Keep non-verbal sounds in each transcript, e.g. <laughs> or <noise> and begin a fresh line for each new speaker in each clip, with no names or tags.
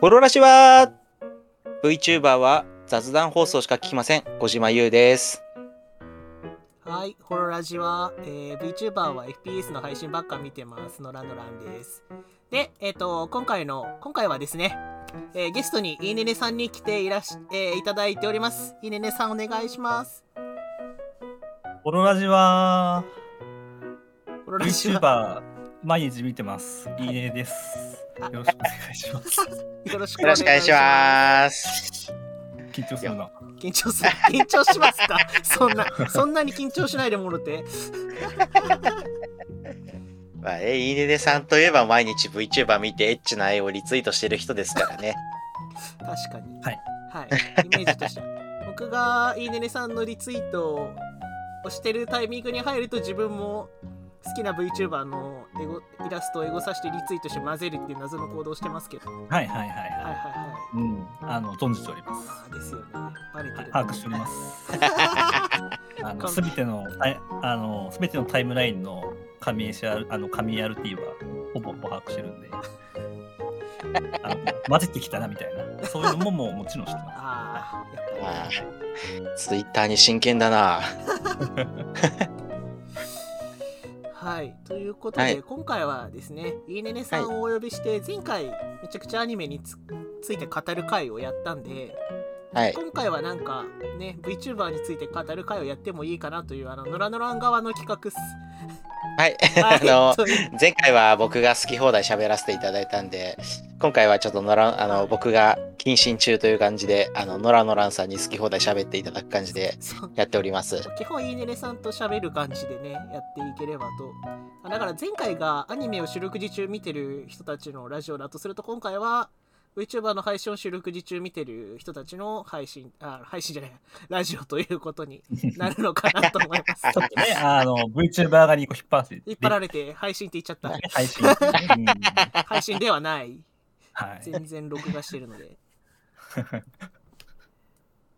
フォロラシは VTuber は雑談放送しか聞きません小島優です
はい、ホロラジは、えー、VTuber は FPS の配信ばっか見てます。ノラノランです。で、えっ、と、今回の、今回はですね、えーゲストにいいねねさんに来ていらし、えーいただいております。いいねねさんお願いします。
オロラジは
ホロラジは
VTuber 毎日見てます。いいねです。よろしくお願いします。
よろしくお
<laughs> よろ
願い
し
し
くお願
ま
い
す。
します
緊張するな。
緊張する。緊張しますかそんな、そんなに緊張しないでもろて。
まあ、えいいねねさんといえば毎日 VTuber 見てエッチな愛をリツイートしてる人ですからね
確かに。
はい。
はい。イメージと
<laughs>
しては。僕がいいねねさんのリツイートをしてるタイミングに入ると自分も好きな VTuber のエゴイラストをエゴさしてリツイートして混ぜるっていう謎の行動をしてますけど。はい
はいはいは
は
い
い
は。
はい
うん、あの存じておりま
い。
す。
まあですよね。バレてる。
把握しており
<laughs>
ます。あのすべてのタイあのすべてのタイムラインの神 HR あの神 RT はほぼほぼ把握してるん
<laughs>
で。あの混ぜてきたなみたいなそういうのももうもちろん知ってます。
<laughs> ああ、やっぱり。
まあ Twitter に真剣だな
はい、ということで、
はい
今回はですね、いいねねさんをお呼びして、前回めちゃくちゃアニメにつついて語る回をやったんで、
はい
今回はなんかね、VTuber について語る回をやってもいいかなという、あの、ノラノラン側の企画っす。
はい
<laughs> はい
あの
という
前回は僕が好き放題喋らせていただいたんで今回はちょっとのらあの僕が謹慎中という感じであのノラノランさんに好き放題喋っていただく感じで
そう
やっております
基本いいねねさんと喋る感じでね、やっていければと。あだから前回がアニメを収録時中見てる人たちのラジオだとすると、今回は VTuber の配信を収録時中見てる人たちの配信、あ、配信じゃない、ラジオということになるのかなと思いま
<laughs>
す。
ちょっとねあの VTuber 側にこう引っ張らせて
引っ張られて配信って言っちゃった。
配信、うん
配信ではない。
は
<laughs>
い、
全然録画してるので。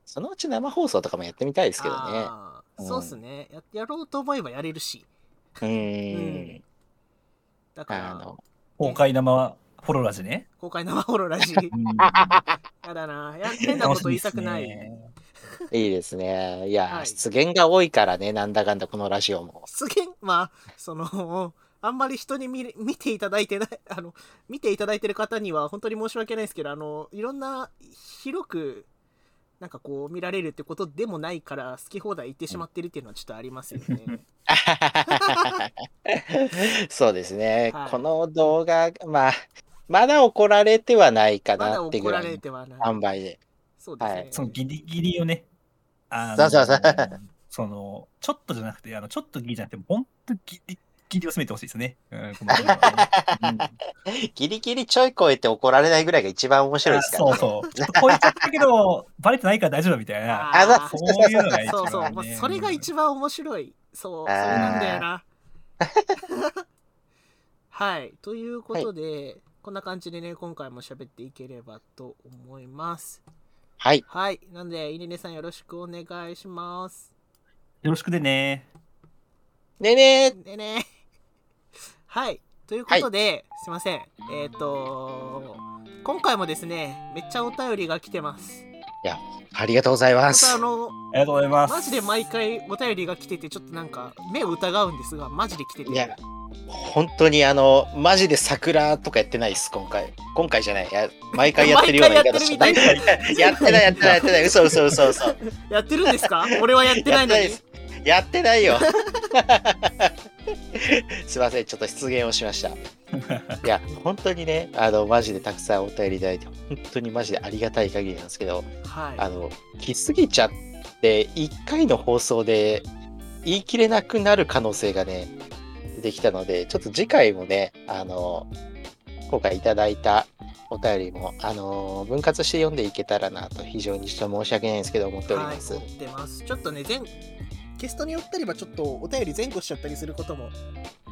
そのうち生放送とかもやってみたいですけどね
あー
うん
そうっすねや。やろうと思えばやれるし。
う
う
ーん
だか
あ
ら
の、
公開生フォロラジね。
公開生ホロラ
<laughs>
ジ。やだな。や変なこと言いたくない。
いいですねいや、
はい
出現が多いからねなんだかんだこのラジオも <laughs>
すげえ、まあ、その、あんまり人に見れ見ていただいてない、あの、見ていただいてる方には本当に申し訳ないですけど、あの、いろんな、広く、なんかこう見られるってことでもないから好き放題言ってしまってるっていうのはちょっとありますよね。
そうですね、
はい
この動画まあまだ怒られてはないか
まだ
なって
怒
ぐ
ら
ら
れ
い
てはない。
販売で
そうです
は
ね。
い
そのギリギリをね、あ
そうそうそ
その、ちょっとじゃなくて、あのちょっとギリじゃなくて、本当ギリギリを詰めてほしいですね。うん、
<laughs>
この動画はね
ギリギリちょい超えて怒られないぐらいが一番面
うん
白いですから、
そ
ね。
うそう。ちょっと超えちゃったけど、バレてないから大丈夫みたいな。
あー
あ
そういうのが一番、ね。
そうそう、まあ、それが一番面白い。そう、それ
あー
なんだよな。 <laughs> はい、ということで、こんな感じでね、今回も喋っていければと思います。
はい。
はい、なので、いねねさんよろしくお願いします。
よろしくでね。
ねえね
でね。はい、ということで、すいません。えっ、と今回もですね、めっちゃお便りが来てます。
ありがとうございま
またあ
す。
の、
ありがとうございます。
マジで毎回お便りが来てて、ちょっとなんか、目を疑うんですが、マジで来てて。
いや、本当にあの、マジで桜とかやってないです、今回。今回じゃない。いや毎回やってるような言い方してない。
毎回やってるみたい
<laughs>
な
やってない、やってない、やってない。嘘、嘘、嘘、嘘。やって
やってるんですか俺はやってないのに
で。す。やってないよ。 <laughs> すいません、ちょっと失言をしま
<laughs>
した。いや、本当にね、あの、マジでたくさんお便りいただいて、本当にマジでありがたい限りなんですけど、あ
は
の来すぎちゃって1回の放送で言い切れなくなる可能性がねできたのでちょっと次回もねあの今回いただいたお便りもあの分割して読んでいけたらなと非常にちょっと申し訳ないんですけど思っ
い。
ており
は
ま
い、
す。
撮ってます。ちょっとね、前ゲストによったりはちょっとお便り前後しちゃったりすることも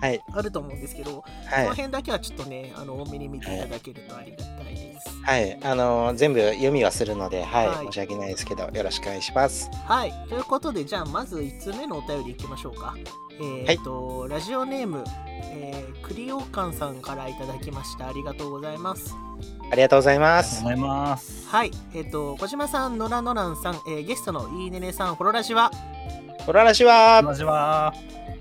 はい、
あると思うんですけど、
は
この
い
辺だけはちょっとね、あの多めに見ていただけるとありがたいです。
はい、あの全部読みはするので、はい、
はい
申し訳ないですけど、よろしくお願いします。
はい、ということで、じゃあまず1つ目のお便りいきましょうか。えっ、と、ラジオネーム、えークリオカンさんからいただきました。ありがとうございます。
ありがとうございま
りがとう
す
ご。ざいます。
はい、えっ、と、小島さん、野良のらんさん、えーゲストのいいねねさん、ホロラジは、
おららしは、
同じは。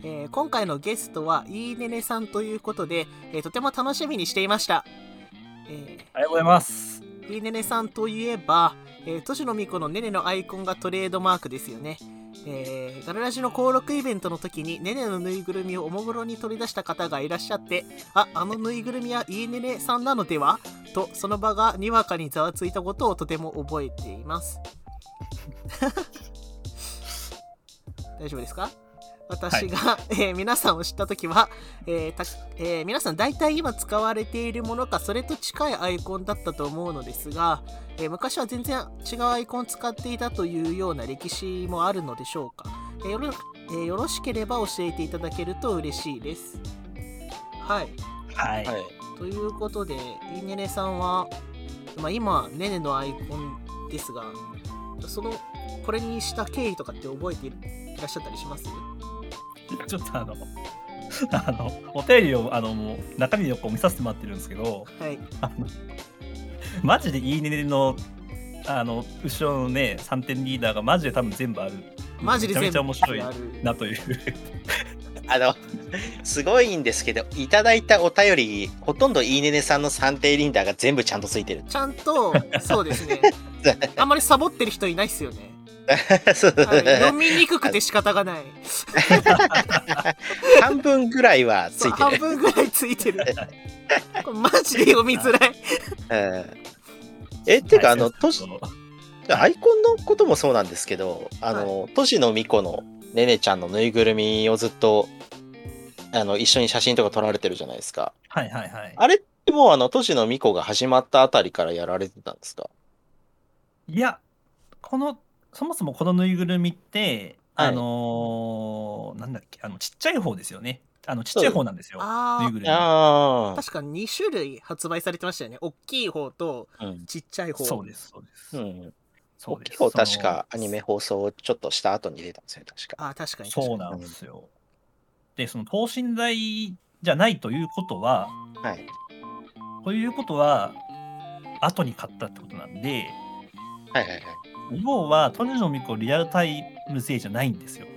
えー今回のゲストはいいねねさんということで、えーとても楽しみにしていました。え
ありがとうございます。
ーいいねねさんといえば、えー、としのみこのねねのアイコンがトレードマークですよね。えーガルラジの登録イベントの時にねねのぬいぐるみをおもむろに取り出した方がいらっしゃってああのぬいぐるみはいいねねさんなのではとその場がにわかにざわついたことをとても覚えています大丈夫ですか私が、えー皆さんを知った時は、えーたえー皆さん大体今使われているものかそれと近いアイコンだったと思うのですが、えー昔は全然違うアイコンを使っていたというような歴史もあるのでしょうか、えーよろえーよろしければ教えていただけると嬉しいですはい
はい。
はい、
ということで、いいねねさんは、まあ、今、ねねのアイコンですが、その、これにした経緯とかって覚えていらっしゃったりします
ちょっとあの、あの、お便りを、あの、もう、中身をこう見させてもらってるんですけど、
はい。
あのマジでいいねの、あの、後ろのね、3点リーダーがマジで多分全部ある
マジで
め
全
ちゃ
部
めちゃ面白い
ある。
なという。
あの、すごいんですけど、いただいたお便り、ほとんどいいねねさんの算定リンダーが全部ちゃんとついてる。 <laughs>
ちゃんと、そうですね。あんまりサボってる人いないっすよね。
そう
はい読みにくくて仕方がない。
半分ぐらいはつ
そう
いて
半分ぐらいついてる。これマジで読みづらい。
る。うんえ、っていうか、あの、
はい
としアイコンのこともそうなんですけど、あの、としのみこのねねちゃんのぬいぐるみをずっと、あの、一緒に写真とか撮られてるじゃないですか。
はいはいはい。
あれってもう、あの、としのみこが始まったあたりからやられてたんですか
いや、この、そもそもこのぬいぐるみって、
はい
あのーなんだっけ、あの、ちっちゃい方ですよね。あの、ちっちゃい方なんですよ。ぬ
あ
いぐるみ。
あ、
あ
確か2種類発売されてましたよね。大きい方と
あ。うん。
ちっちゃい方。
そうです、そうです。
うん。
そ
大
う
き
で
い
す
方確か
そ
ア
の
ニメ放送をちょっとした後に出たんですよね、確か。
ああ、確かに確かに。
そうなんですよ。で、その等身大じゃないということは、
はい。
ということは、後に買ったってことなんで、
はいはいはい。
要は、トニジのミコリアルタイム勢じゃないんですよ。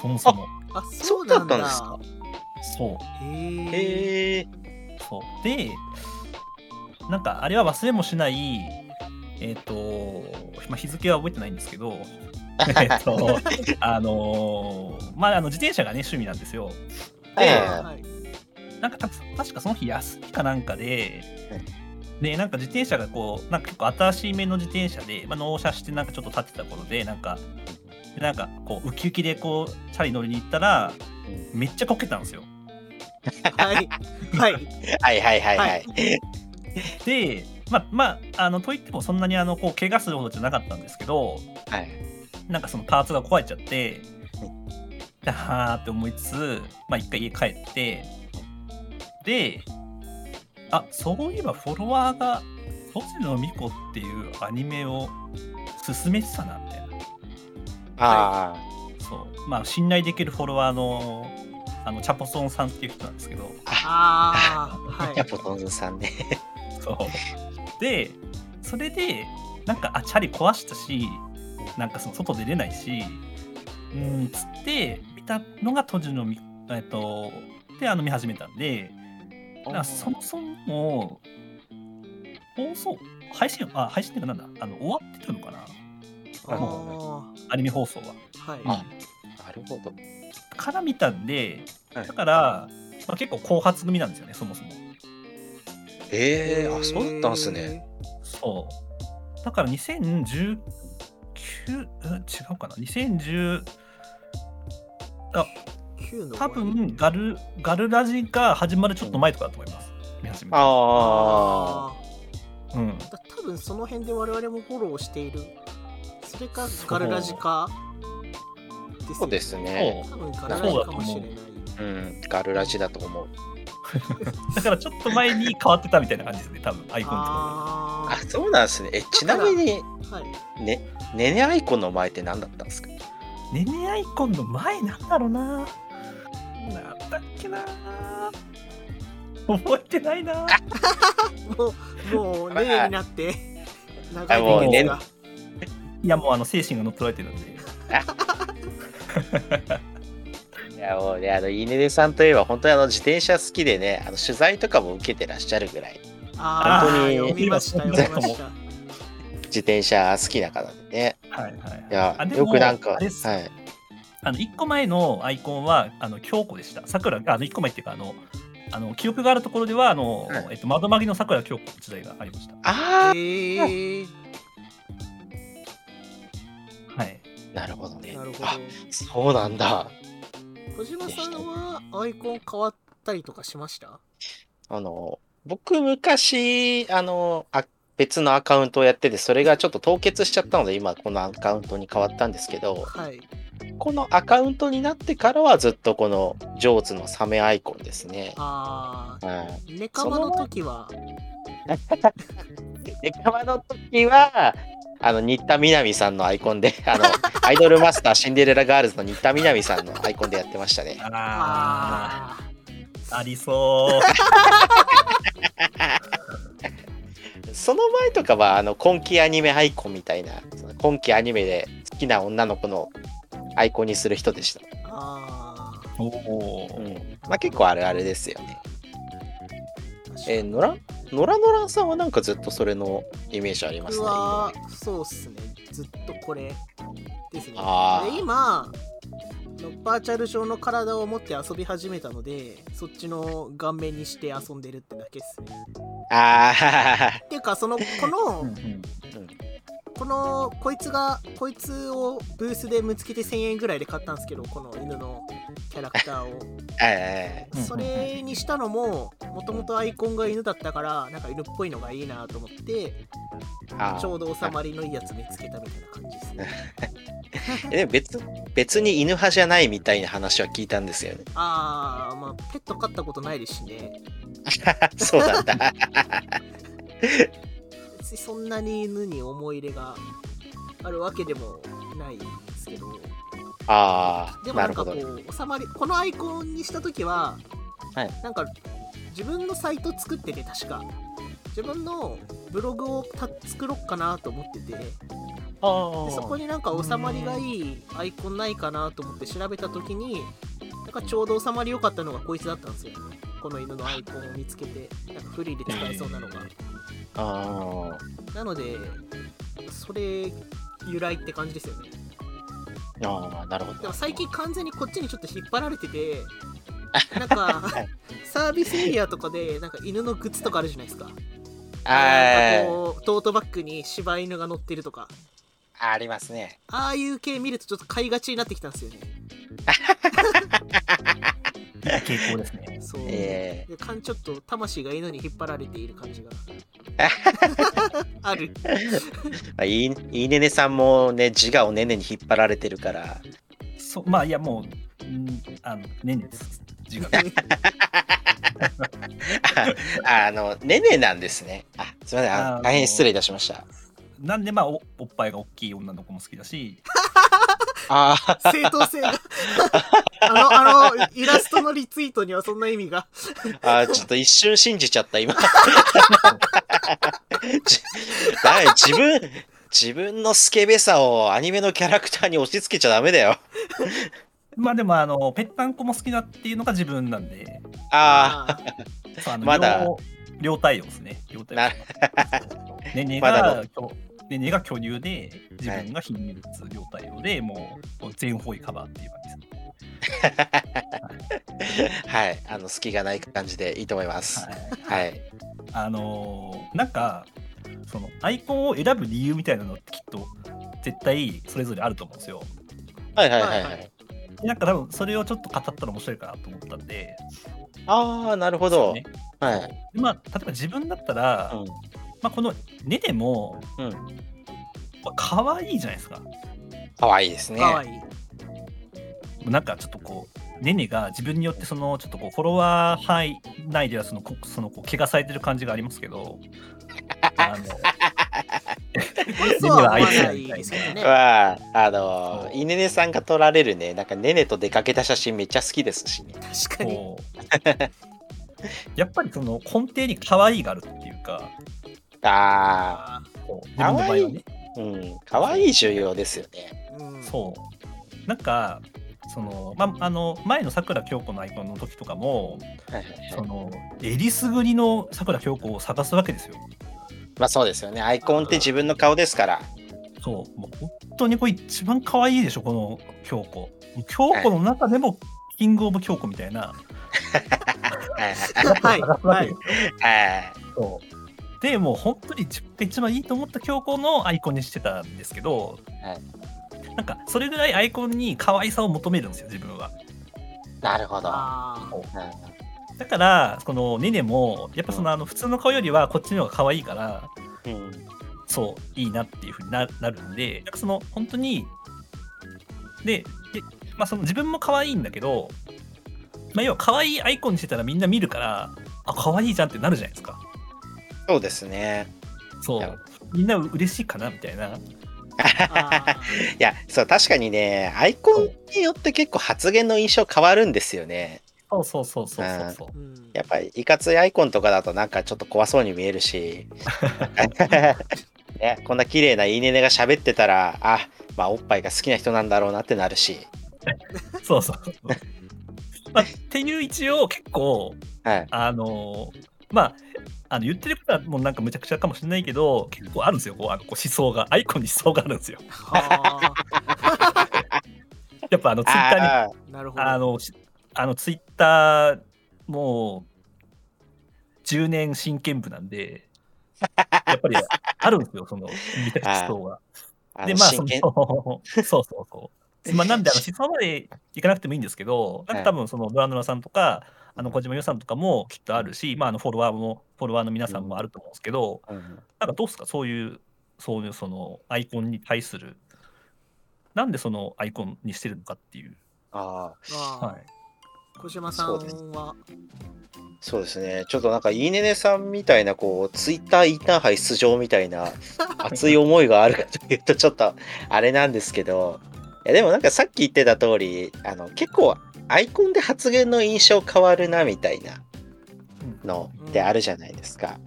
そもそも。
あそうなんだ。
そう
そう。
へえ。
へえ。
そうでなんかあれは忘れもしないえっ、と、まあ、日付は覚えてないんですけどえっとあのーまああの自転車がね趣味なんですよ
はいはいは
はい
なんかた確かその日休みかなんかで
は
でなんか自転車がこうなんか結構新しいめの自転車で、まあ、納車してなんかちょっと立ってた頃でなんかでなんかこうウキウキでこうチャリ乗りに行ったらめっちゃこけたんですよ
はい。はい。
いはいはいはいは。
はい
でまあまああのといってもそんなにあのこう怪我するほどじゃなかったんですけど
はい。
なんかそのパーツが壊れちゃって
は、
だーって思いつつ、まあ一回家帰って、で、あ、そういえばフォロワーが、星野美子っていうアニメを進めてたな、みたいな。
あ
そう。まあ信頼できるフォロワーの、あの、チャポソンさんっていう人なんですけど、
ああ。は
あ。
い
やっ。ぱトンズさんね。
そう。で、それで、なんか、あ、チャリ壊したし、なんかその外出れないし、うん、つって、見たのが当時のみ、えっと、で、あの、見始めたんで、だからそもそも、放送、配信、あ、配信っていうかなんだ、あの、終わってたのかな、
ああ。は
アニメ放送は。
い。
あなるほど。
から見たんで、
は
だ
い
から、まあ、結構後発組なんですよね、そもそも。
ええあ、そうだったんすね。。
そう。だから2019、うん違うかな ?2010、
九の。
多分ガル、ガルラジが始まるちょっと前とかだと思います。見始めた
ああ。
あ
うん。
あ。だ多分その辺で我々もフォローしている。それかガルラジか。です
そうです。ね。
そ
多分ガルラジかもしれない。
うん。ガルラジだと思う。
う。だからちょっと前に変わってたみたいな感じですね、多分、アイコンとか
あ
あ、そうなんですね。え、ちなみに、
あ。はい。
ね、ねねアイコンの前って何だったんですか
で。ねねアイコンの前なんだろうな。なんだっけな。覚えてないな。
もう、もう、例になって、長
あも
いう年月が。
いやもうあの精神が乗っ取られてるんで。
いやもうねあのイネネさんといえば本当にあの自転車好きでねあの取材とかも受けてらっしゃるぐらい
あ
本当
あ、
に
読みました、
今
読みました。
自転車好きな方でね
はいはい。
いや
あでも
よくなんか
あ
は
れ
い
っすあの一個前のアイコンはあの京子でした。さくらあの一個前っていうかあのあの記憶があるところではあの、
はい
えっと窓紛のさくら京子の時代がありました。
あ <laughs>
へえ
はい。
あなるほどね
ー、なるほ
あ
ど。
そうなんだ
小島さんはアイコン変わったりとかしました
あの僕昔あのあ別のアカウントをやっててそれがちょっと凍結しちゃったので今このアカウントに変わったんですけど
はい。
このアカウントになってからはずっとこのジョーズのサメアイコンですね。
ああ、
はい
ネカマの時は、
で川の時はあの新田みなみさんのアイコンであのアイドルマスターシンデレラガールズの新田みなみさんのアイコンでやってましたね。
あ
ああ、
あ。ありそう。
その前とかはあの今期アニメアイコンみたいなその今期アニメで好きな女の子のアイコンにする人でした。
ああ、
お <laughs> お、
うん、まあ結構あるあれですよね。
確かに
えー、のらのらのらさんはなんかずっとそれのイメージあります
僕
ね。
はそうっすねずっとこれですね
あー
で今のバーチャル上の体を持って遊び始めたのでそっちの顔面にして遊んでるってだけっすね
<laughs> ああ、
っていうかそのこ
うんう
の
ん、
このこいつがこいつをブースで見つけて1000円ぐらいで買ったんですけどこの犬のキャラクターを
え
うん
それにしたのももともとアイコンが犬だったからなんか犬っぽいのがいいなと思って
ーあー
ちょうど収まりのいいやつ見つけたみたいな感じですね
えでも別別に犬派じゃないみたいな話は聞いたんですよね。 <laughs>
ああまあペット飼ったことないですしね
そうなんだ。
別にそんなに犬に思い入れがあるわけでもないですけど
あ
で
あ、
も
な
なん
る
か
ほ
こ
ど。
う収まりこのアイコンにした時は、
はい
なんか自分のサイト作ってて確か自分のブログをた作ろっかなと思っててで
あ
そこになんか収まりがいいアイコンないかなと思って調べた時になんかちょうど収まり良かったのがこいつだったんですよこの犬のアイコンを見つけてなんかフリーで使えそうなのが。
あ
なので、それ由来って感じですよね。
ーあー、なるほど。
でも最近完全にこっちにちょっと引っ張られ
<laughs>
てて、なんかサービスエリアとかでなんか犬のグッズとかあるじゃないですか。なんか
あ
こうトートバッグに柴犬が乗ってるとか、
あ、ありますね。
ああいう系見るとちょっと買いがちになってきたんですよね。
いい傾向ですね。
そう。
え
でかんちょっと魂が犬に引っ張られている感
<laughs>
じがある。
えまあ、いいいいねねさんもね自我をねねに引っ張られてるから。
そまあいやもう、うん、あの年です。自我
<laughs> ああ <laughs> のねねなんですね。あすみませんあ
あー
大変失礼いたしました。
なんでまあおおっぱいが大きい女の子も好きだし、
ああ
正
<laughs>
当性があのあのイラストのリツイートにはそんな意味が
あーちょっと一瞬信じちゃった今 <laughs> じだい自分自分のスケベさをアニメのキャラクターに押し付けちゃダメだよ
まあでもあのぺったんこも好きだっていうのが自分なんで、
あ
そうあの
まだ
両両対応ですね。両
あ
対応
な。
<laughs> ねね
まだ
が
の
きょねねが巨乳で自分が貧乳両対応でもうもう全方位カバーっていう感じで
はいあの隙がない感じでいいと思います
す。はい
はい
あのーなんかそのアイコンを選ぶ理由みたいなのってきっと絶対それぞれあると思うんですよ。
はいはいはい
は
はい
はい
なんか多分それをちょっと語ったら面白いかなと思ったんで。
ああなるほど
ね
はい
でまあ、例えば自分だったら、
うん
まあ、このネネも、
うん
まあ、可愛いじゃないですか。
可愛いですね
かわいい
なんかちょっとこうネネが自分によってそのちょっとこうフォロワー範囲内ではそのこそのこう怪我されてる感じがありますけど。あの
そうは思わ
愛せ
な
ない
いですけど
<laughs>
ね
はあの
そう
いねねさんが撮られるねなんかねねと出かけた写真めっちゃ好きですしね <laughs>
確かに
こうやっぱりその根底に可愛いがあるっていうか、
ああ、
こう自分の場合はね。
うん、可愛い重要ですよね。
うん、
そうなんかその、ま、あの前のさくら京子のアイコンの時とかも
はいはい
そ
はい。
のえりすぐりのさくら京子を探すわけですよ。
まあそうですよね。アイコンって自分の顔ですから。
そうもう本当にこれ一番可愛いでしょこの京子。京子の中でもキングオブ京子みたいな
はい
はい
探すわ
は
けで
い
すよ。
はい
そうでもう本当に自分が一番いいと思った京子のアイコンにしてたんですけど、
は
なんかそれぐらいアイコンに可愛さを求めるんですよ自分は。
なるほど。
あー
だからこのネネもやっぱそのあの普通の顔よりはこっちの方が可愛いから
うんうん
そういいなっていうふうにななるんでなんかその本当にでで、まあ、その自分も可愛いんだけど、まあ、要は可愛いアイコンにしてたらみんな見るからあ可愛いじゃんってなるじゃないですか
そうですね。
そ
なる
うみんな嬉しいかなみたいな
あ
いや、そう、確かにね、アイコンによって結構発言の印象変わるんですよね。
そうそうそうそうそうそう
ー、うん
やっぱりいかついアイコンとかだとなんかちょっと怖そうに見える
<laughs>
し、ね、こんな綺麗ないいねねが喋ってたらあまあおっぱいが好きな人なんだろうなってなるし、
そうそう <laughs> そうまあ、っていう一応結構
はい、
あのーまああの言ってることはもうなんかむちゃくちゃかもしれないけど結構あるんですよこうあのこう思想がアイコンに思想があるんですよ
は
やっぱあのツイッターに
あ
ーなるほど
あのしあのツイッターもう10年真剣部なんでやっぱりあるんですよその見た思想が。
ーあ
で
の
まあそ
真
の
剣
<laughs> そうそうそう。まあ、なんで
<laughs>
あの思想までいかなくてもいいんですけどなんか多分そのドラノラさんとかあの小島よさんとかもきっとあるし、まあ、あのフォロワーもフォロワーの皆さんもあると思うんですけど、
うん
なんかどうですかそういうそういうそのアイコンに対するなんでそのアイコンにしてるのかっていう。
あー
あー
はい
小島さん
そうです
は
そうですねちょっとなんかいいねねさんみたいなこうツイッターインターハイ出場みたいな熱い思いがあるかというとちょっとあれなんですけどいやでもなんかさっき言ってた通りあの結構アイコンで発言の印象変わるなみたいなのってあるじゃないですか。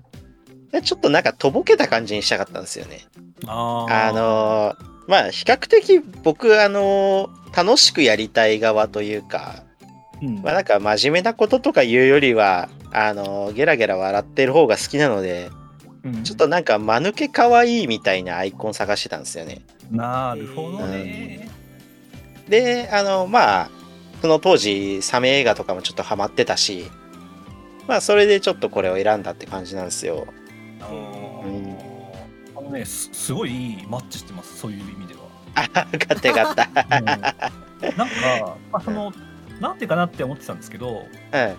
でちょっとなんかとぼけた感じにしたかったんですよね。
あー
あのーまあ比較的僕あのー楽しくやりたい側というか、
うん
まあ、なんか真面目なこととか言うよりはあのーゲラゲラ笑ってる方が好きなので
うん
ちょっとなんか間抜け可愛いみたいなアイコン探してたんですよね。
なるほどね。
であのまあその当時サメ映画とかもちょっとハマってたしまあそれでちょっとこれを選んだって感じなんですよ。
あのーあのねす、すごいいいマッチしてます、そういう意味では。
あ勝手勝
<laughs>
った。
うんなんか、まあ、その、なんてかなって思ってたんですけど、
うん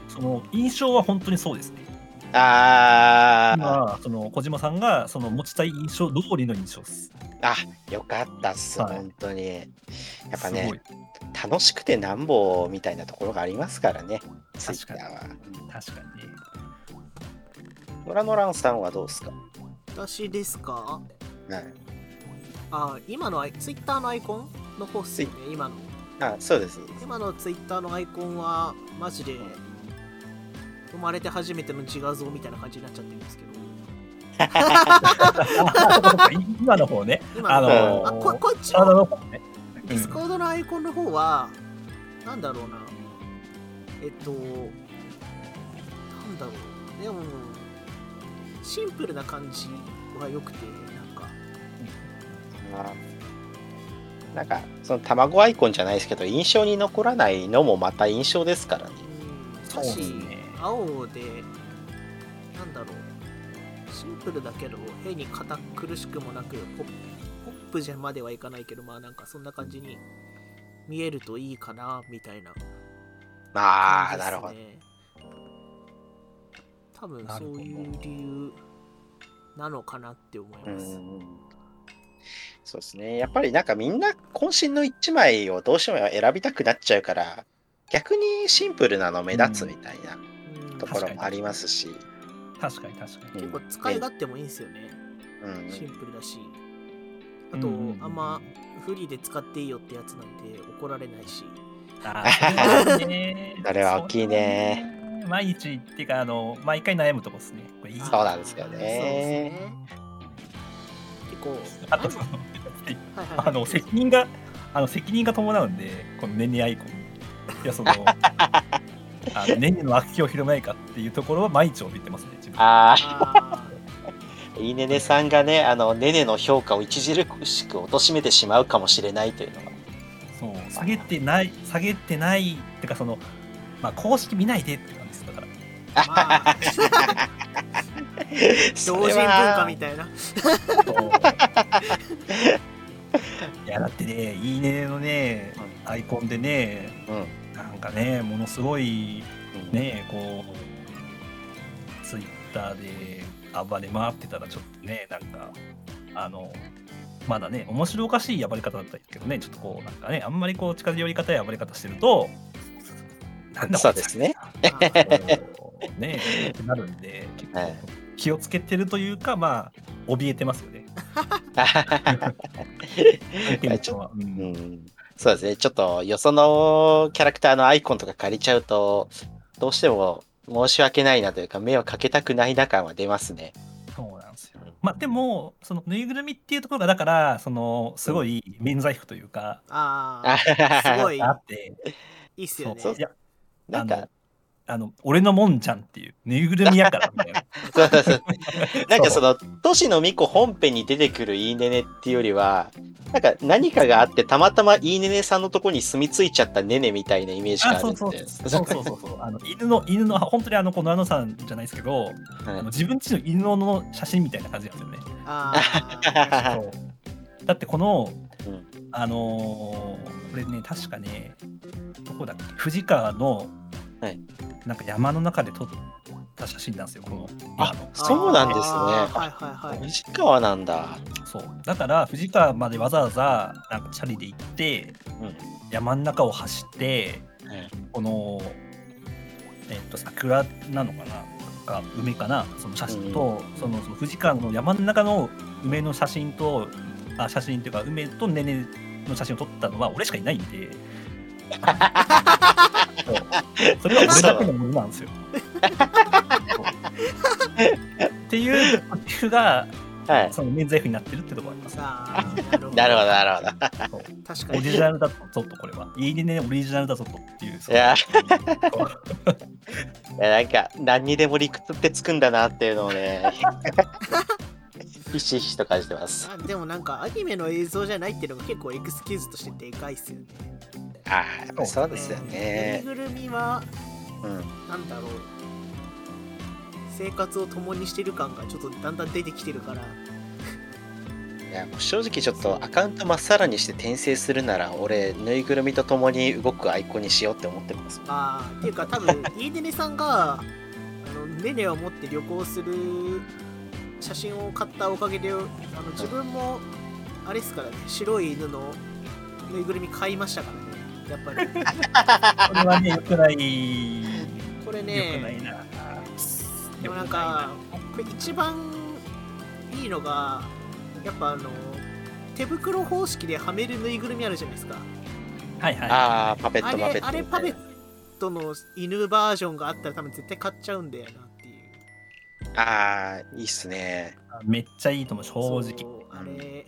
その印象は本当にそうですね。
あー
今、その小島さんがその持ちたい印象通りの印象です。
あよかったっす、
はい
本当にやっぱ
す
ね
ごい
楽しくてなんぼみたいなところがありますからねツイッターは
確かにね。
ノラノランさんはどうですか、
私ですか
はい、
あー今のアイツイッターのアイコンの方っすよね今の
あそうです
今のツイッターのアイコンはマジで生まれて初めての自画像みたいな感じになっちゃってるんですけど
今の方ね、
今
あ
の、
の
の
あここっち
体
の
の方ね。
ディスコードのアイコンの方はなんだろうなえっとなんだろうでもシンプルな感じは良くてなんか
あなんかその卵アイコンじゃないですけど印象に残らないのもまた印象ですからね
うん
そう
少
で
し
すね
青でなんだろうシンプルだけど変に堅苦しくもなくポッポップじゃまではいかないけどまあなんかそんな感じに見えるといいかなみたいな
ああ、
感じですね
なるほど
多分そういう理由なのかなって思いうます、
んそうですねやっぱりなんかみんな渾身の一枚をどうしても選びたくなっちゃうから逆にシンプルなの目立つみたいな
うん
ところもありますし、
確かに確かに。
結構使い勝手もいいんですよね、
うん
シンプルだしあと、
うん
あんまフリーで使っていいよってやつなんて怒られないし
あーそれはね <laughs>
それは大きいね。
毎日っていうかあの毎回悩むとこですね。これいい
そうなんですよね。
そうですね。結構。
<laughs> あとその
はいはいはい
あの責任があの責任が伴うんでこの年にアイコンいやそ <laughs> のあの年にの悪気を広めないかっていうところは毎日怯えてますね自分
あ
あ
あ、いいねねさんがね、あの、ねねの評価を著しく貶めてしまうかもしれないというのが。
そう下げてない下げてないってかそのまあ公式見ないでって感じですだから
ーま
<laughs>
あ同人文化み
い
たいな。
いやだってね「いいね」のねアイコンでね
な。うん。
なんかねものすごい
うん、
ねこうツイッターで暴れ回ってたらちょっとねなんかあのまだね面白おかしい暴れ方だったけどねちょっとこうなんかねあんまりこう近寄り方や暴れ方してるとなんだこいつ
そうですね
あー
こうねってなるんで結構
はい
気をつけてるというかまあ怯えてますよね。 <laughs>
ちょ
うん
うんそうですね、ちょっとよそのキャラクターのアイコンとか借りちゃうと、どうしても申し訳ないなというか、目をかけたくないな感は出ますね。
そうなんですよ。まあでもそのぬいぐるみっていうところがだからそのすごい免罪符というか、
<laughs>
あー、すごい、
あって
いいっすよね。
そういや
なんか、
あの俺のもんじゃんっていうぬいぐるみやからみ <laughs> たいな
そうそうそうなんかその、都市の巫女本編に出てくるいいねねっていうよりは、なんか何かがあって、たまたまいいねねさんのとこに住み着いちゃったねねみたいなイメージが
あ
あ
そ
るん
うそう
で。
そうそうそうそうあの犬の犬の本当にあのこのあのさんじゃないですけど、
うん
あの自分ちの犬の写真みたいな感じなんですよね。
あ
<laughs> は
そうだってこの、
うん
あのーこれね確かねどこだっけ藤川の、
はい
なんか山の中で撮った写真なんですよこの
あ
の
ー
そうなんですね
あーはいはい
<laughs>
はい。
藤川なんだ。
そうだから藤川までわざわざなんかチャリで行って
うん
山の中を走ってこのえっと桜なのかなか梅かなその写真と、そのその藤川の山の中の梅の写真とあ写真っていうか梅とねねの写真を撮ったのは俺しかいないんでそうそれは俺だけのものなんですよ。そうっていう理由が
はい。
その免罪符になってるってところあります。
あ
な
ーな
るほ
るほ
ど、
ど。
なるほど。
確か
オ
に。
リジナルだぞとこれは。いいねオリジナルだぞとっていう。そう
いや <laughs> いやなんか何にでも理屈ってつくんだなっていうのを <laughs> ねひしひしと感じてます
あでもなんかアニメの映像じゃないっていうのが結構エクスキューズとしてでかいっすよね。
ああやっぱりそうですよね
ぬいぐるみは
うん
なんだろう生活を共にしてる感がちょっとだんだん出てきてるから
いやもう正直ちょっとアカウントまっさらにして転生するなら俺ぬいぐるみと共に動くアイコンにしようって思ってます
あーっていうか多分イーデネさんがあのネネを持って旅行する写真を買ったおかげであの自分もあれっすからね白い犬のぬいぐるみ買いましたからねやっ
<laughs>
ぱり
これはね、よくない。
これ
よくな
ね
いな。
でもなんかこれ一番いいのがやっぱあの手袋方式ではめるぬいぐるみあるじゃないですか
はいはい。
ああパペッ
あ
トパペッ
れ
ト
あれ
みた
パ
い
ペ
な
ットの犬バージョンがあったら多分絶対買っちゃうんだよなっていう
ああいいっすね
めっちゃいいと思う、正
そう
直。
あれ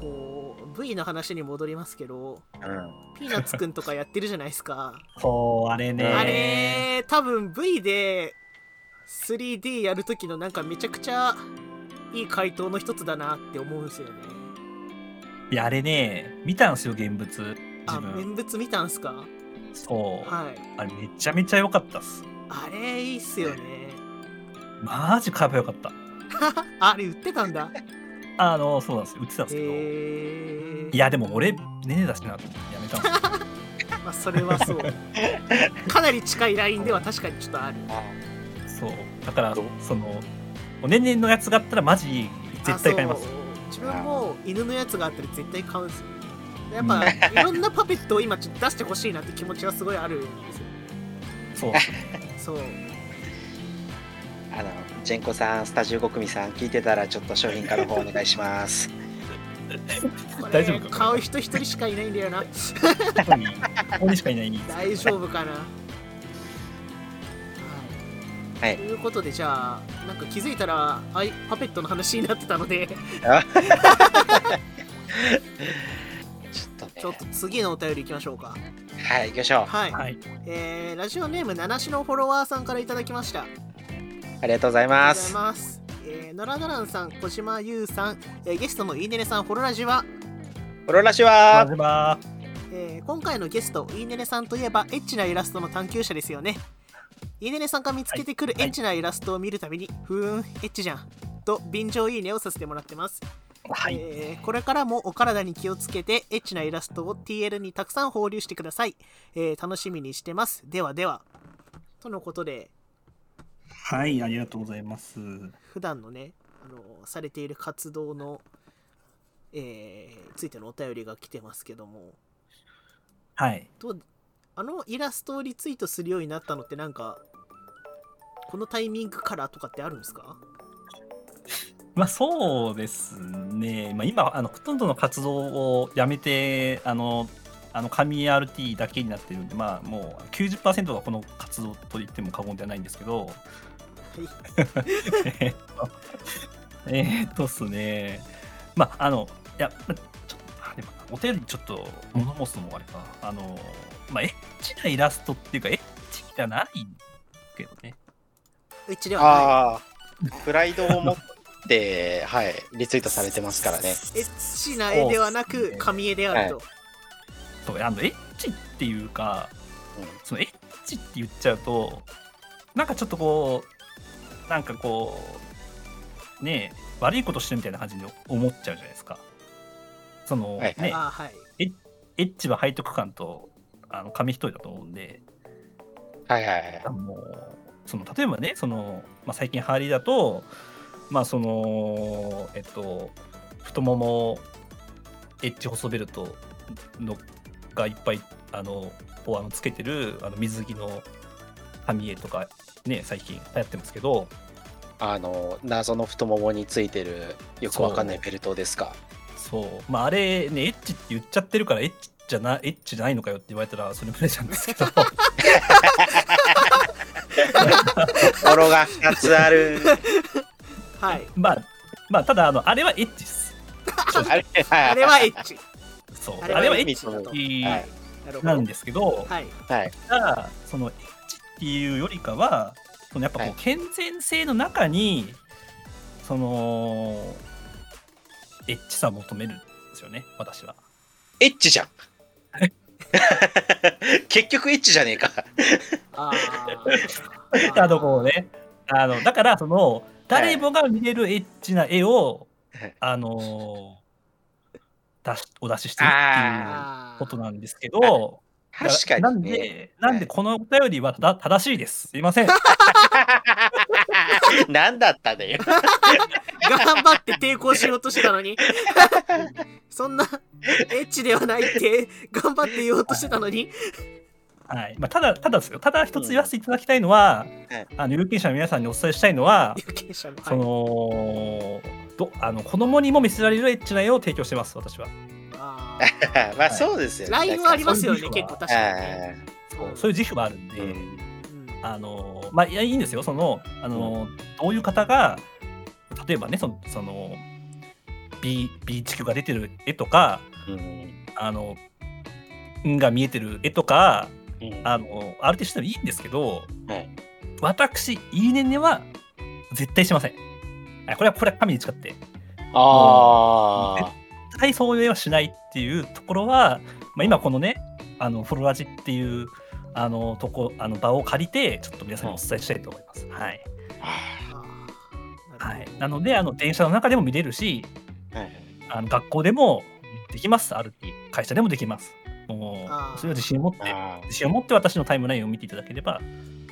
こう V の話に戻りますけど
うん
ピーナッツくんとかやってるじゃないです
<laughs>
か
そう、あれね。
あれ多分 V で 3D やるときのなんかめちゃくちゃいい回答の一つだなって思うんですよね
いや、あれね、見たんすよ、現物。
あ
自分。
念仏見たんすか
そう。
はい
あれ、めちゃめちゃ良かったっす。
あれいいっすよね
マジ買えばよかった。
<laughs> あれ売ってたんだ
あの、そうなんですよ。売ってたんですけど。
へえ
いや、でも俺、ねねだしなと思ってやめたんですよ。
まあ、それは
<laughs>
そうかなり近いラインでは確かにちょっとある
あ
<laughs> そう。だから
どう、
その、ねねのやつがあったら、マジ、絶対買います
あ。そう自分も犬のやつがあったら絶対買うんですよやっぱいろんなパペットを今ちょっと出してほしいなって気持ちはすごいあるんですよ
そう。
そう
あのジェンコさんスタジオご組さん聞いてたらちょっと商品化の方お願いします
これ
<laughs> 大丈夫か
買う人一人しかいないん
<laughs>
だよな
ここに、ここにしかいない人数
大丈夫かな
はい
ということでじゃあなんか気づいたらあいパペットの話になってたの
<laughs>
で
ちょっとね
ちょっと次のお便りいきましょうか
はい行きましょう
はい、
はい。
えーラジオネーム七種のフォロワーさんからいただきました
ありがとうござい
ありがとうござい
ます
ます。えー、ノラノランさん、小島優さん、えーゲストのイーネネさん、ホロラジは、
フォロラシ
バ
は
ズバ
えー今回のゲスト、イーネネさんといえば、エッチなイラストの探求者ですよね。イーネネさんが見つけてくる
はい
エ
はい
ッチなイラストを見るたびに、ふーん、エッチじゃん。と便乗いいねをさせてもらってます、
はい。
えーこれからもお体に気をつけてエッチなイラストを TL にたくさん放流してください、えー楽しみにしてますではではとのことで
はい、ありがとうございます。
普段のねあのされている活動の、えーついてのお便りが来てますけども
はい。
どうあのイラストをリツイートするようになったのってなんかこのタイミングからとかってあるんですか
まあそうですね。まあ今、あの、ほとんどの活動をやめて、あの、あの紙 RT だけになってるんで、まあもう90%がこの活動と言っても過言ではないんですけ
は
ど、 <laughs>
い
えーっと、えーっとっすね。まあ、あの、いや、まちょっと、あでもお便りちょっと物申すのもあれか。あの、まあ、エッチなイラストっていうか、エッチじゃないけどね。
うちでは
ああ <laughs> プライドを持ってはいリツイートされてますからね
ないエッチな絵ではな
そうっす
く
ね
紙絵であると、
そうあのエッチっていうか、
うん
そのエッチって言っちゃうと、なんかちょっとこう、なんかこう、ねえ、悪いことしてるみたいな感じに思っちゃうじゃないですか。その、
はいはい
ね、
ああはい
エッチは背徳感とあの紙一重だと思うんで、
はいはいはい
もうその例えばねその、まあ、最近ハーリーだとまあそのえっと太ももをエッジ細ベルトのがいっぱいあのをあのつけてるあの水着の紙絵とかね最近流行ってますけど
あの謎の太ももについてるよくわかんないベルトですか
そうまああれねエッチって言っちゃってるからエッチじゃなエッチじゃないのかよって言われたらそれぐらいなんですけど
心が2つある
はい
まあまあただあのあれはエッチです
<laughs> あれ
あれはエッ
<laughs>
チ
そう
あ
あ
れ
れ
は
はエッ
チだと
チ
はい
なるほ
な
ど
んですけど、
はい
はい
ただそのエッチっていうよりかはそのやっぱこ
はいう
健全性の中に、そのエッチさを求めるんですよね私は。
エッチじゃん <laughs> 結局エッチじゃねえか
あ
<laughs>
ー
あのこうねあのだからその誰もが見れるエッチな絵を、
はい
あの出しお出ししてるっていう
あー
ことなんですけど。
確かに、ね、
なんで、なんでこのお便りはただ正しいです。すいません。
なんだったね
頑張って抵抗しようとしてたのにそんなエッチではないって頑張って言おうとしてたのに
はいまあ、ただ、ただですよ。ただ一つ言わせていただきたいのは、
はい
あの有権者の皆さんにお伝えしたいのは、
有権者の、
そのどあの子供にも見せられるエッチな絵を提供してます、私は。
あ
<laughs> まあそうですよね
ラインはありますよね
そういう
結構
人は
確かにね、
あ
そう
うん
そういう自負はあるんで、
ーうん
うん
あのまあ、いやいいんですよ、そのあの、どういう方が、例えばね、そのその B, B 地区が出てる絵とか、
うん
あのんが見えてる絵とか、
うん
あのある程度してもいいんですけど、
はい
私いいねねは絶対しませんあこれはこれは神に誓って
あー
絶対そういう絵はしないっていうところは、まあ、今このねあのフォロラジっていうあのとこあの場を借りてちょっと皆さんにお伝えしたいと思います、はい
は
あー
はい
るほ、ど
なのであの電車の中でも見れるし
あはい
あの学校でもできますある会社でもできますも
あー
うそれは自信を持って
あー
自信を持って私のタイムラインを見ていただければ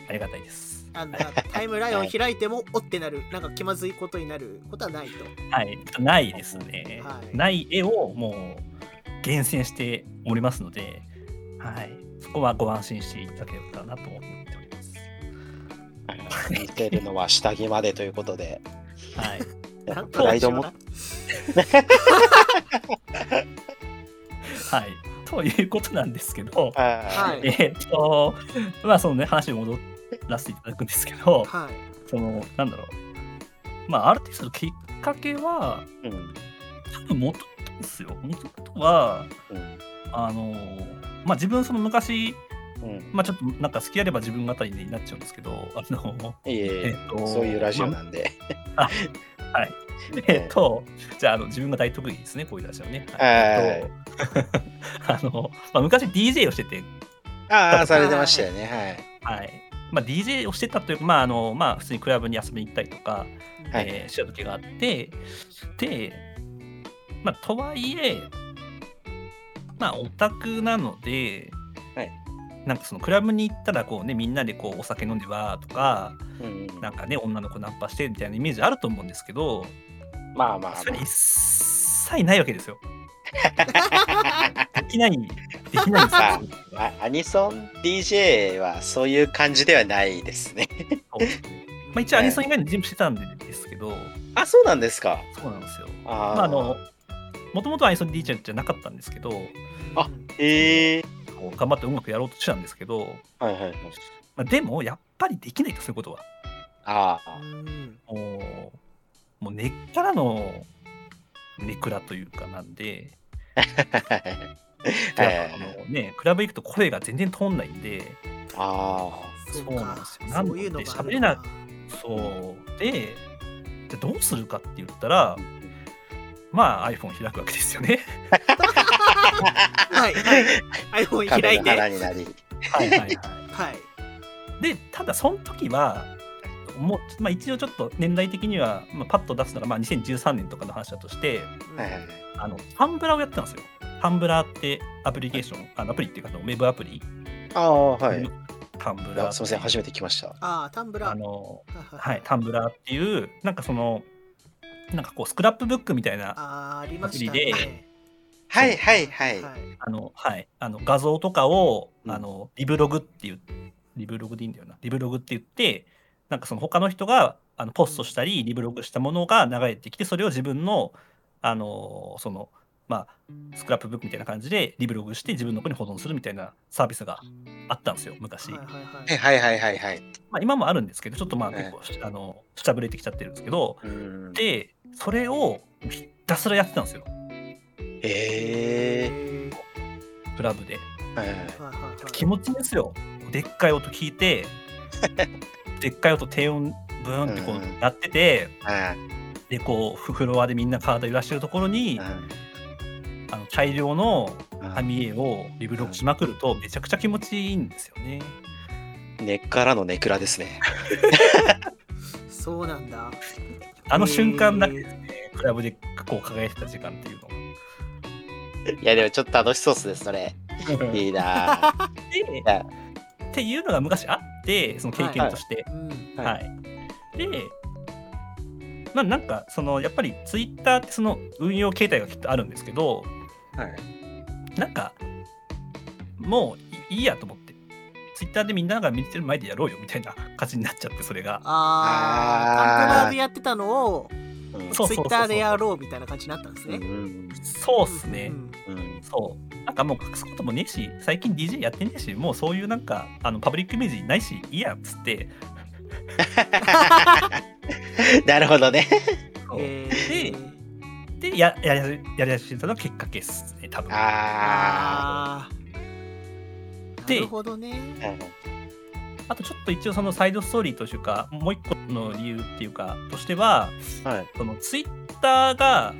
ありがたいです
あのタイムラインを開いてもおってなるなんか気まずいことになることはないと
はい、ないですね。
はい
ない絵をもう厳選しておりますので、はい、そこはご安心していただければなと思っておりま
<laughs>
す。
見てるのは下着までということで
はい、
なん
プライド
も
も
はい、ということなんですけど、
は
はい
い
えーっと、まあそのね話に戻っらせていただくんですけど、
はい。
その、なんだろう。まあ、アルティストのきっかけは、
うん。
多分元々ですよ。元々は、
うん
あの、まあ自分その昔、
うん。
まあちょっとなんか好きあれば自分語りになっちゃうんですけど、あの、
いえいえ、
っと
そういうラジオなんで。
えっと、じゃあ、あの自分が大得意ですね、こういうラジオね。
はい
えっとあの、まあ、昔 DJ をしてて、
ああ、されてましたよね。
はい。まあ、DJ をしてたというか、まあ、あの、まあ、普通にクラブに遊びに行ったりとか、
はい
えーした時があって、で、まあ、とはいえ、まあ、オタクなので、
はい
なんかそのクラブに行ったら、こうね、みんなでこうお酒飲んでわーとか、
はい。うん。
なんかね、女の子ナンパしてみたいなイメージあると思うんですけど、
まあまあま
それ一切ないわけです
<laughs>
よ。できない、できないんです
あ
よ。
あ。あアニソン DJ はそういう感じではないですね。
まあ、一応アニソン以外の準備してたんですけど、
<laughs> あ、そうなんですか。
そうなんですよ。
あー
まあ、あの、もともとアニソン DJ じゃなかったんですけど、
あええ
こう頑張って音楽やろうとしてたんですけど、
はいはいはい。
まあ、でも、やっぱりできないと、そういうことは。
あ
う
あ。
ん。
もう、もう根っからの、ネクラというかなんで、
はいはいはい
あのね、クラブ行くと声が全然通んないんで、
あ
そう
そうなんで
か
すよ。な
そ
んで
ういうのがあ
喋
る
れ
の
な
か。
そう。で、じゃあどうするかって言ったら
あ。、
まあ iPhone 開くわけですよね。
<laughs> はい。はい。iPhone 開
壁
い
の
て。は
腹
い。
になり。
はいはいはい。
は
<laughs> で、ただその時は、もうまあ、一応ちょっと年代的には、まあ、パッと出すのが、まあ、2013年とかの話だとして
はいはいはい。
あのタンブラーをやってたんですよタンブラーってアプリケーションあのアプリっていうかあのウェブアプリ、
ああ、はい。
タンブラー
あすみません、初めて来ました。
ああ、タンブラ
あ
ー。
の、
は
はい、。タンブラーっていうなんかそのなんかこうスクラップブックみたいな
ああ、ありましたね。
はいはいはい。
はい。
あの、はい、あの画像とかを、
うん
あのリブログっていうリブログでいいんだよなリブログって言ってなんかその他の人があのポストしたりリブログしたものが流れてきてそれを自分のあのそのまあスクラップブックみたいな感じでリブログして自分の子に保存するみたいなサービスがあったんですよ昔、
はい
ま
はいは
はい
い。
はいはいはいはい。
あ、今もあるんですけどちょっとまあ
はい
結構、あのしゃぶれてきちゃってるんですけど
うん
でそれをひたすらやってたんですよ
え
え
クラブで。
ーはいはいはい
ー。はいはいはい。
気持ちいいんですよでっかい音聞いてでっかい音低音ブーンってこ
うん
うなってて、
あ
でこうフフロアでみんな体揺らしてるところに、
あ
あの大量の
ああ
網絵をリブロックしまくるとめちゃくちゃ気持ちいいんですよね。
根っからのネクラですね。
そうなんだ。
あの瞬間だけ
え
ですね、クラブでこう輝いてた時間っていうの
<laughs>
が。
いやでもちょっと楽しそうっすね、それ。いいなあいや
でっていうのが昔あってその経験として。
ーうん。
は
はいい、で、まあ、なんかそのやっぱりツイッターってその運用形態がきっとあるんですけど、
はい
なんかもういいいやと思ってツイッターでみんなが見てる前でやろうよみたいな感じになっちゃってそれが。
ああ、
あー
タンブラーでやってたのを、
うん
そう
ツイッターでやろうみたいな感じになったんです
う
ね。
ん
そうっすね
う。
<laughs>
ん
うん
そう。なんかもう隠すこともねえし最近 DJ やってねえしもうそういうなんかあのパブリックイメージないしいいやっつって。
なるほどね。
そう
え
で
ー、
でやややりやり始めたのがきっかけっすね多
<laughs>
分。
あ
ああ。な
で
るほどね。
あ。うん
あとちょっと一応そのサイドストーリーというかもう一個の理由っていうかとしては
はい。
そのツイッターが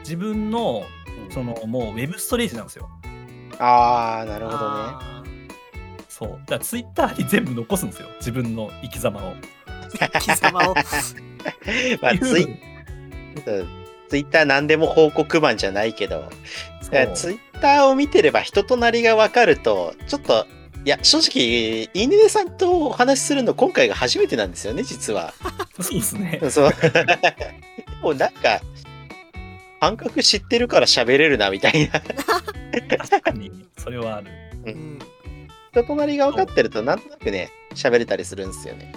自分のそのもうウェブストレージなんですよ。
ああ、なるほどね。
あー
そう。だからツイッターに全部残すんですよ。自分の生き様を。
<laughs>
生き様
ま
を。
<laughs>
あ、
いう
ツイツイッター何でも報告マンじゃないけど、
そう
だからツイッターを見てれば人となりが分かると、ちょっと、いや、正直、犬根さんとお話しするの今回が初めてなんですよね、実は。
そうで
<laughs>
すね。
そう。もうなんか、感覚知ってるから喋れるな、みたいな。 <laughs>
確かに、それはある。
うん
人となりが分かってると、なんとなくね、喋れたりするんですよね。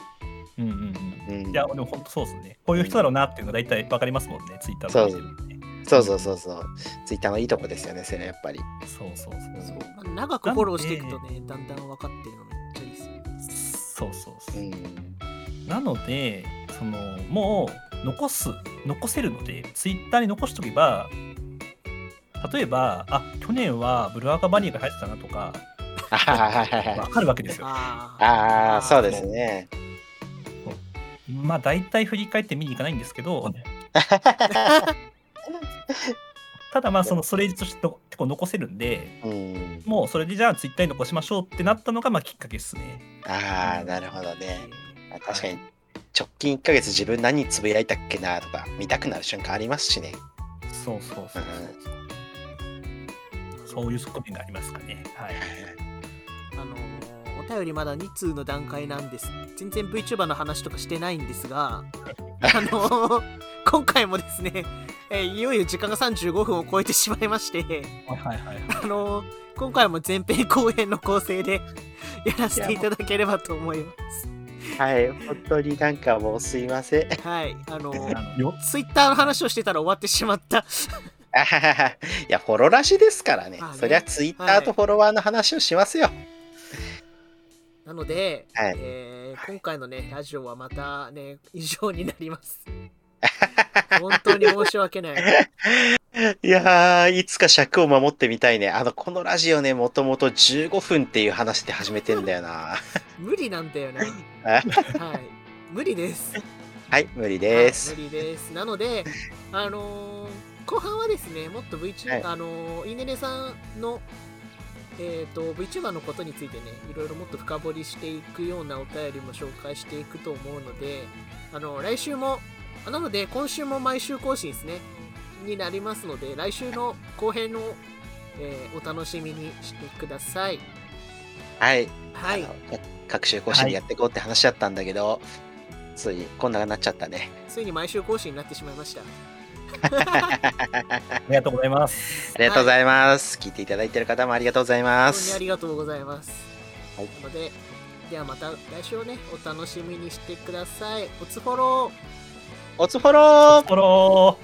うんうんうん。
うん
い。や、でも本当そうですね。こういう人だろうなっていうのが大体わかりますもんね、ツイッター
そう
の見てるんでね
そうそうそうそう。ツイッターのいいとこですよね、それやっぱり。
そうそうそう
そうまあ長くフォローしていくとね、だんだん分かってるのめっちゃいいですよね。
そそうそうそうう、
ん。
なのでそのもう残す残せるのでツイッターに残しとけば例えばあ去年はブルアカバニーが流行ってたなとか
あはいはいはいはい
わかるわけですよ
あー
あー、そうですね。
まあ大体振り返って見に行かないんですけどただまあそのそれとしてと結構残せるんで
<laughs> うん。
もうそれでじゃあツイッターに残しましょうってなったのがまあきっかけですね
ああ、なるほどね。あ確かに、直近1ヶ月自分何つぶやいたっけなとか、見たくなる瞬間ありますしね。
そうそうそうそうそういう側面がありますかね
<laughs>
はい
あのーお便りまだ2通の段階なんです全然 VTuber の話とかしてないんですがあのー <laughs> 今回もですね、えーいよいよ時間が35分を超えてしまいまして
はいはいはい
あのー今回も前編後編の構成で <laughs> やらせていただければと思います
はい、本当になんかもうす <laughs> いません。
はいあの
あのよ
ツイッターの話をしてたら終わってしまった
あはははいや、フォロラシですからね
まあ。ね
そりゃツイッターとフォロワーの話をしますよ。
なので、
はい
えー今回のね、ラジオはまたね、以上にな
<laughs>
ります。本当に申し訳ない。
いやー、いつか尺を守ってみたいね。あの、このラジオね、もともと15分っていう話で始めてんだよな。
無理なんだよね。
<laughs> あ
はい。無理です。
<laughs> はい、無理です。
はい無理です。なので、あのー後半はですね、もっと VTuber、
はい
あのーイネネさんの、えー、と VTuber のことについてね、いろいろもっと深掘りしていくようなお便りも紹介していくと思うので、あの来週も、あなので今週も毎週更新ですね、になりますので、来週の後編の、えーお楽しみにしてください。
はい。
はい
あ。の各種更新でやっていこうって話だったんだけど、ついこんなになっちゃったね。
ついに毎週更新になってしまいました。
<laughs>
ありがとうございます
ありがとうございます。聞いていただいてる方もありがとうございま
本当にあ
す。
りがとうございます。
はい
なので、ではまた来週をね、お楽しみにしてください。おつフォロー
おつフォロー
ところ